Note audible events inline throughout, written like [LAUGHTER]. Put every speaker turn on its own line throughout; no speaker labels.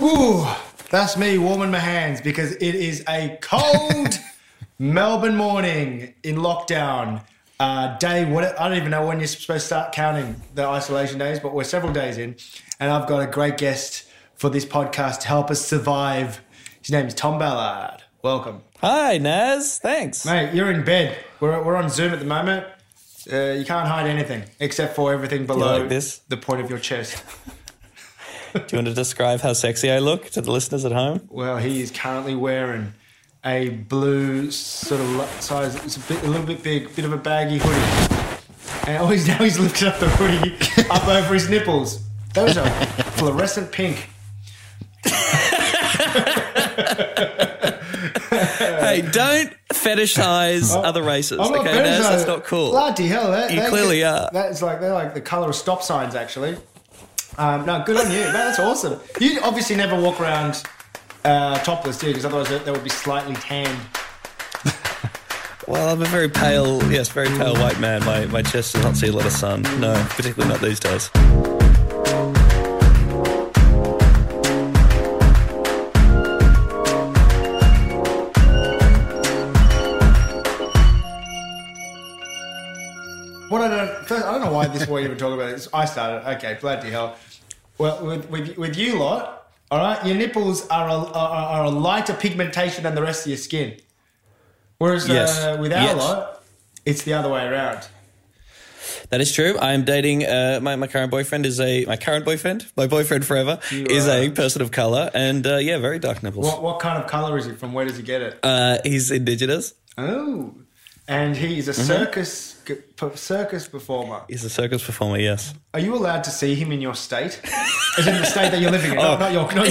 Ooh, that's me warming my hands because it is a
[LAUGHS]
cold Melbourne morning in lockdown. Uh, day what I don't even know when you're supposed to start counting the isolation days, but we're several days in, and I've got a great guest for this podcast to help us survive. His name is Tom Ballard. Welcome,
Hi, Naz. Thanks.
mate. You're in bed. We're we're on Zoom at the moment. Uh, you can't hide anything except for everything below
like this?
the point of your chest.
Do you want to describe how sexy I look to the listeners at home?
Well, he is currently wearing a blue sort of li- size. It's a, bit, a little bit big, bit of a baggy hoodie. And oh, he's [LAUGHS] now he's lifted up the hoodie [LAUGHS] up over his nipples. Those are fluorescent pink.
Hey, don't fetishize
Oh,
other races. Okay, Naz,
fetish-
that's not cool.
uh, Bloody hell, that,
You
that-
clearly are.
That's like they're like the color of stop signs, actually. Um, no, good on you, man. That's awesome. You obviously never walk around uh, topless, do you? Because otherwise, that that would be slightly tanned.
Well, I'm a very pale, yes, very pale white man. My, my chest does not see a lot of sun. No, particularly not these days.
What I don't first, I don't know why this boy even talking about this. I started. Okay, bloody hell. Well, with with, with you lot, all right, your nipples are a, are, are a lighter pigmentation than the rest of your skin. Whereas uh,
Yes.
with our
Yes.
lot, it's the other way around.
That is true. I am dating uh, my my current boyfriend is a my current boyfriend, my boyfriend forever
You
is
are-
a person of color, and uh, yeah, very dark nipples.
What what kind of color is it? From where does he get it?
Uh, he's indigenous.
oh, and he is a
Mm-hmm.
circus g- p- circus performer.
He's a circus performer. Yes.
Are you allowed to see him in your state? As in the state that you're
[LAUGHS] Oh.
living in, not, not your not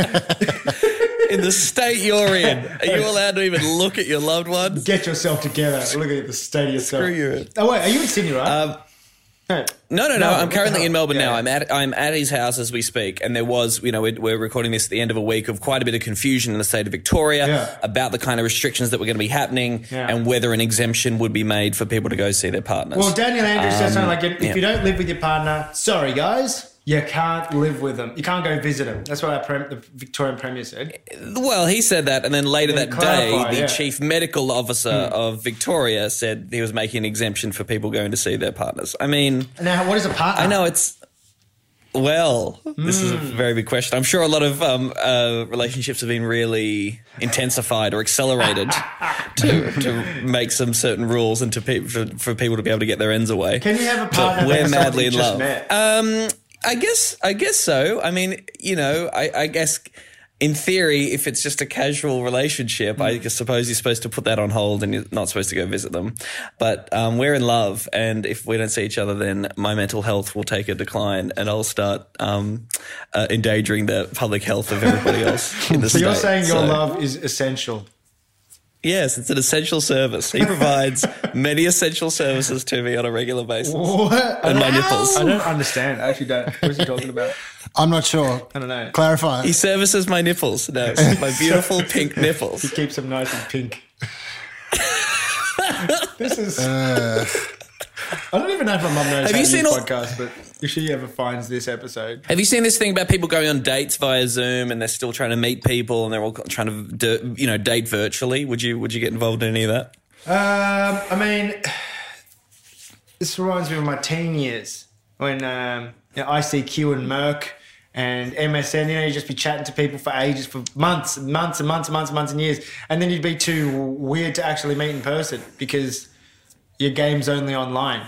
your
In the state you're in, are you allowed to even look at your loved ones?
Get yourself together. Look at the state of yourself.
Screw you.
Oh wait, are you in Sydney, right?
Um,
no.
No, no,
No,
no.
what
I'm
the
currently
hell?
in Melbourne
Yeah,
now.
yeah.
I'm at I'm at his house as we speak, and there was, you know, we're, we're recording this at the end of a week of quite a bit of confusion in the state of Victoria
Yeah.
about the kind of restrictions that were going to be happening
Yeah.
and whether an exemption would be made for people to go see their partners.
Well, Daniel Andrews says something like, if
um, yeah.
you don't live with your partner, sorry guys, you can't live with them. You can't go visit them. That's what our prem- the Victorian Premier said.
Well, he said that, and then later
Yeah,
that
clarify,
day, the
yeah. Hmm.
chief medical officer of Victoria said he was making an exemption for people going to see their partners. I mean,
Now, what is a partner?
I know it's. Well, this is a very big question. I'm sure a lot of um, uh, relationships have been really intensified or accelerated to, to make some certain rules and to pe- for, for people to be able to get their ends away.
Can you have a partner? that's
But we're
someone
madly
you
in
just
love.
met?
Um, I guess, I guess so. I mean, you know, I, I guess in theory, if it's just a casual relationship, I
Mm.
guess suppose you're supposed to put that on hold and you're not supposed to go visit them. But um, we're in love, and if we don't see each other, then my mental health will take a decline, and I'll start um, uh, endangering the public health
[LAUGHS]
of everybody else in the
so
state.
you're saying your
So-
love is essential.
Yes, it's an essential service. He provides
[LAUGHS]
many essential services to me on a regular basis.
What?
And my
I don't-
nipples.
I don't understand. I actually don't. What is he talking about?
I'm not sure.
I don't know.
Clarify.
He services my nipples. No, my beautiful pink nipples.
Keeps them nice and
[LAUGHS]
pink. this is.
Uh,
I don't even know if my mum knows
Have
how
you
to
seen
use
all-
podcasts, but if she ever finds this episode,
Have you seen this thing about people going on dates via Zoom and they're still trying to meet people and they're all trying to, do, you know, date virtually? Would you Would you get involved in any of that?
Um, I mean, this reminds me of my teen years when um, you know, ICQ and Merck and MSN. You know, you'd just be chatting to people for ages, for months, and months and months and months, and months and years, and then you'd be too weird to actually meet in person because your game's only online.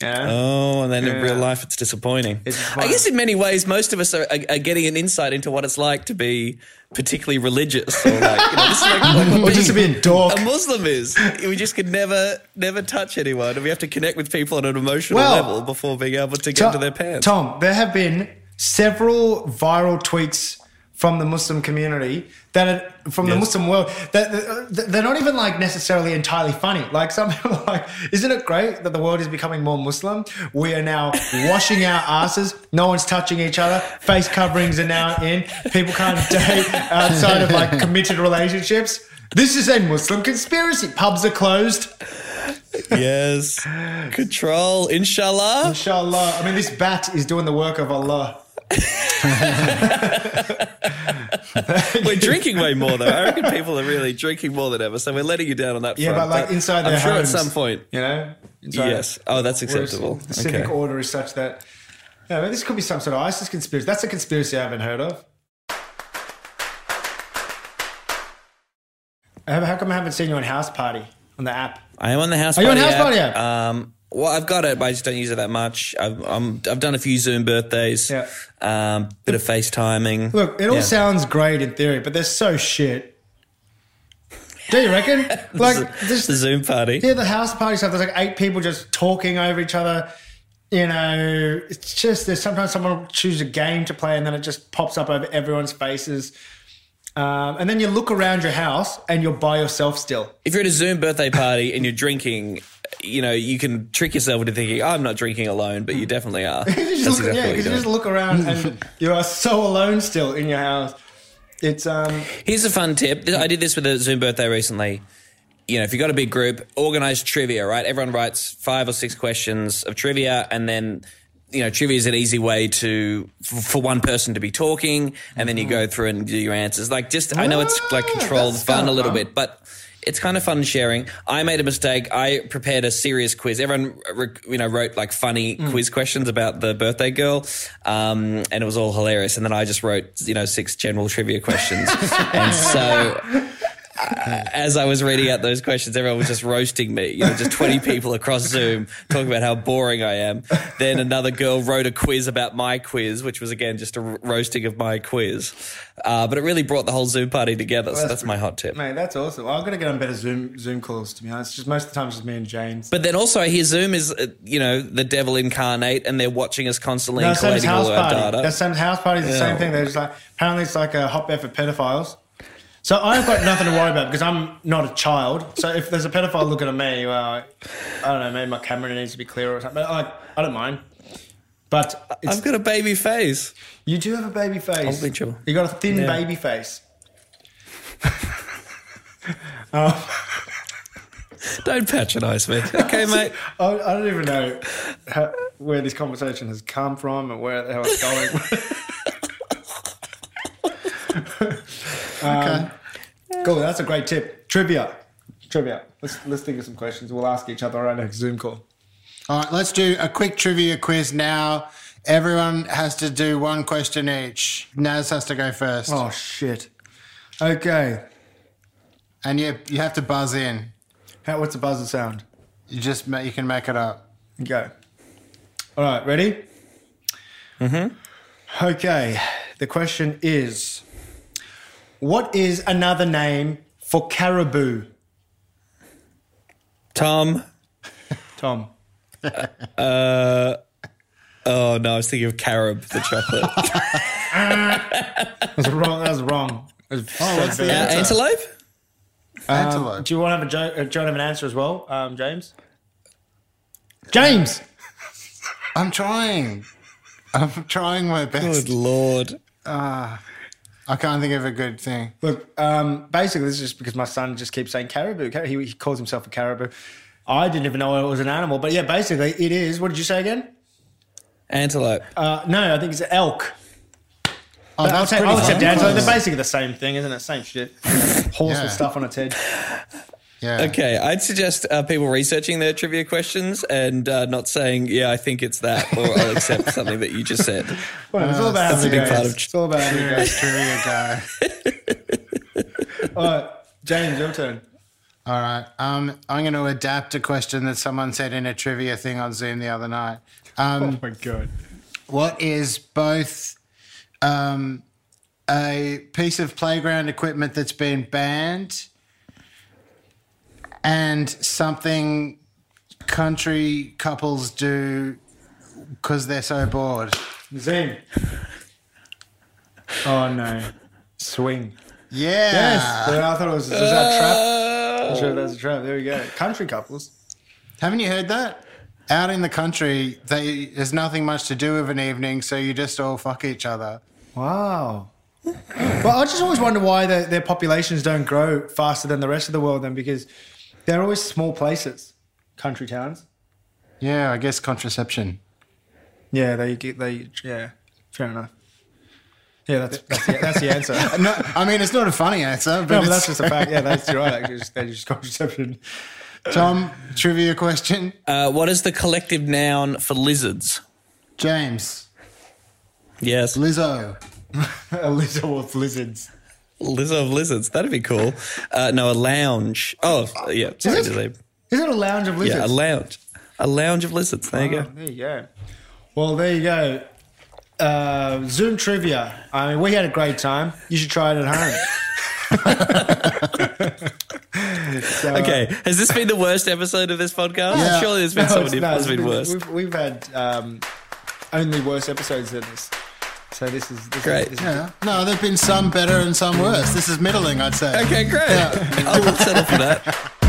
Yeah.
Oh, and then
Yeah.
in real life, it's disappointing.
It's disappointing.
I guess in many ways, most of us are, are, are getting an insight into what it's like to be particularly religious or like, you know, this is like what- what
or
[LAUGHS]
just a bit dork.
a Muslim is. We just could never, never touch anyone, and we have to connect with people on an emotional
Well,
level before being able to get
Tom,
into their pants.
Tom, there have been several viral tweets from the Muslim community that are from the
Yes.
Muslim world that that- they're not even like necessarily entirely funny. Like some people are like, isn't it great that the world is becoming more Muslim? We are now washing our asses. No one's touching each other. Face coverings are now in. People can't date outside of like committed relationships. This is a Muslim conspiracy. Pubs are closed.
[LAUGHS] yes. Control, inshallah.
Inshallah. I mean, this bat is doing the work of Allah. [LAUGHS]
We're drinking way more though. I reckon people are really drinking more than ever. So we're letting you down on that.
Yeah,
front,
but like inside their
I'm sure
homes.
at some point.
You know? Inside-
yes. Oh, that's
whereas
acceptable.
The civic
Okay.
order is such that. Yeah, I mean, this could be some sort of ISIS conspiracy. That's a conspiracy I haven't heard of. How how come I haven't seen you on House Party on the app?
I am on the house.
Are you on
party
House Party app?
app? Um, well, I've got it, but I just don't use it that much. I've I'm, I've done a few Zoom birthdays.
Yeah.
Um, bit of FaceTiming.
Look, it all
Yeah.
sounds great in theory, but they're so shit. Do you
[LAUGHS]
reckon? like,
It's
this,
[LAUGHS] the Zoom party.
yeah, the house party stuff. There's like eight people just talking over each other. You know, it's just there's sometimes someone will choose a game to play and then it just pops up over everyone's faces. Um, and then you look around your house and you're by yourself still.
If you're at a Zoom birthday party and you're drinking, you know you can trick yourself into thinking "Oh, I'm not drinking alone, but you definitely are.
[LAUGHS]
That's
You just look,
exactly
yeah,
what
because
you're
you
doing. [LAUGHS]
just look around and you are so alone still in your house. It's um,
Here's a fun tip. I did this with a Zoom birthday recently. You know, if you've got a big group, organize trivia, right? Everyone writes five or six questions of trivia, and then, you know, trivia is an easy way to, f- for one person to be talking, and then you go through and do your answers. Like, just, I know it's like
Ah,
controlled
that's
fun
kinda
a little
fun.
bit, but it's kind of fun sharing. I made a mistake. I prepared a serious quiz. Everyone, re- you know, wrote like funny
Hmm.
quiz questions about the birthday girl, um, and it was all hilarious. And then I just wrote, you know, six general
[LAUGHS]
trivia questions. and so, uh, as I was reading out those questions, everyone was just roasting me. You know, just twenty people across Zoom talking about how boring I am. Then another girl wrote a quiz about my quiz, which was again just a ro- roasting of my quiz. Uh, but it really brought the whole Zoom party together. so
that's
that's my hot tip.
mate, that's awesome. I've got to get on better Zoom Zoom calls to be honest. Just most of the time, it's just me and James.
But then also, I hear Zoom is, uh, you know, the devil incarnate, and they're watching us constantly
No,
and
same as
collating all
house
our
party.
data.
That's same house party. is the same
Yeah.
thing. They're just like apparently it's like a hotbed for pedophiles. So I've got nothing to worry about because I'm not a child. So if there's a pedophile looking at me, well, I don't know. Maybe my camera needs to be clearer or something. But I, I don't mind. But it's,
I've got a baby face.
you do have a baby face.
I'll be chill.
You got a thin
Yeah.
baby face.
Don't
[LAUGHS]
patronise me. Okay, mate.
I, I don't even know how, where this conversation has come from and where how it's going. [LAUGHS] [LAUGHS]
um,
okay. Cool. That's a great tip. Trivia. Trivia. Let's let's think of some questions. We'll ask each other on our next Zoom call.
All right, let's do a quick trivia quiz now. Everyone has to do one question each. Naz has to go first.
Oh shit. Okay.
And you, you have to buzz in.
How, what's the buzzer sound?
You just ma- you can make it up.
Go. All right. Ready? Mm-hmm. Okay. The question is, what is another name for caribou?
Tom.
Tom.
Oh no, I was thinking of Carob, the chocolate.
[LAUGHS]
uh,
That's wrong. That's wrong. That's
Oh, what's the answer?
antelope.
Antelope.
Do you want to have a joke? Uh, do you want to have an answer as well, um, James? James.
I'm trying. I'm trying my best.
Good lord.
I can't think of a good thing.
Look, um, basically, this is just because my son just keeps saying caribou. Car- He, he calls himself a caribou. I didn't even know it was an animal, but yeah, basically, it is. What did you say again?
Antelope.
Uh, no, I think it's elk.
Oh,
I'll
that's
take,
pretty
I'll accept
fun.
antelope. They're basically the same thing, isn't it? Same shit. Horse
Yeah.
with stuff on its head.
Yeah.
Okay, I'd suggest uh, people researching their trivia questions and uh, not saying, "Yeah, I think it's that," or "I'll accept something that you just said."
Well, it's all about
that's
how it
a big part
goes.
of-
It's all about how it
[LAUGHS]
goes.
Trivia guy.
All right, James, your turn.
All right. Um, I'm going to adapt a question that someone said in a trivia thing on Zoom the other night. Um,
my god.
what is both um, a piece of playground equipment that's been banned and something country couples do because they're so bored?
Zing. Oh no. Swing.
Yeah.
Yes. but I thought it was, was that a [LAUGHS] trap.
Uh,
I'm sure that's a trap. There we go. Country couples.
Haven't you heard that? Out in the country, they, there's nothing much to do of an evening, so you just all fuck each other.
Wow. well, I just always wonder why their, their populations don't grow faster than the rest of the world then because they're always small places. country towns.
Yeah, I guess contraception.
Yeah, they get they yeah, fair enough. Yeah, that's that's the, that's the
[LAUGHS]
answer. no,
Uh, No, I mean it's not a funny answer, but,
but that's
it's,
just a fact. Yeah, that's you're right. Actually, just, they just contraception.
Tom trivia question.
Uh, what is the collective noun for lizards?
James
Yes,
Lizzo.
a lizard with lizards.
lizard of lizards. That'd be cool. Uh, no, a lounge. Oh, yeah. Sorry,
it?
did I-
Is it a lounge of lizards?
yeah, a lounge. A lounge of lizards. There you
Oh,
go.
There you go. Well, there you go. Uh, Zoom trivia. I mean, we had a great time. You should try it at [LAUGHS] home. So, uh,
Okay, has this been the worst episode of this podcast?
Yeah.
Surely there's been
no,
so
it's
many.
not.
has been
We've-
worse.
We've, we've had um, only worse episodes than this. So this is this is-
Great.
this is
Yeah. No, there've been some better and some worse. This is middling, I'd say.
Okay, great. I'll settle for that.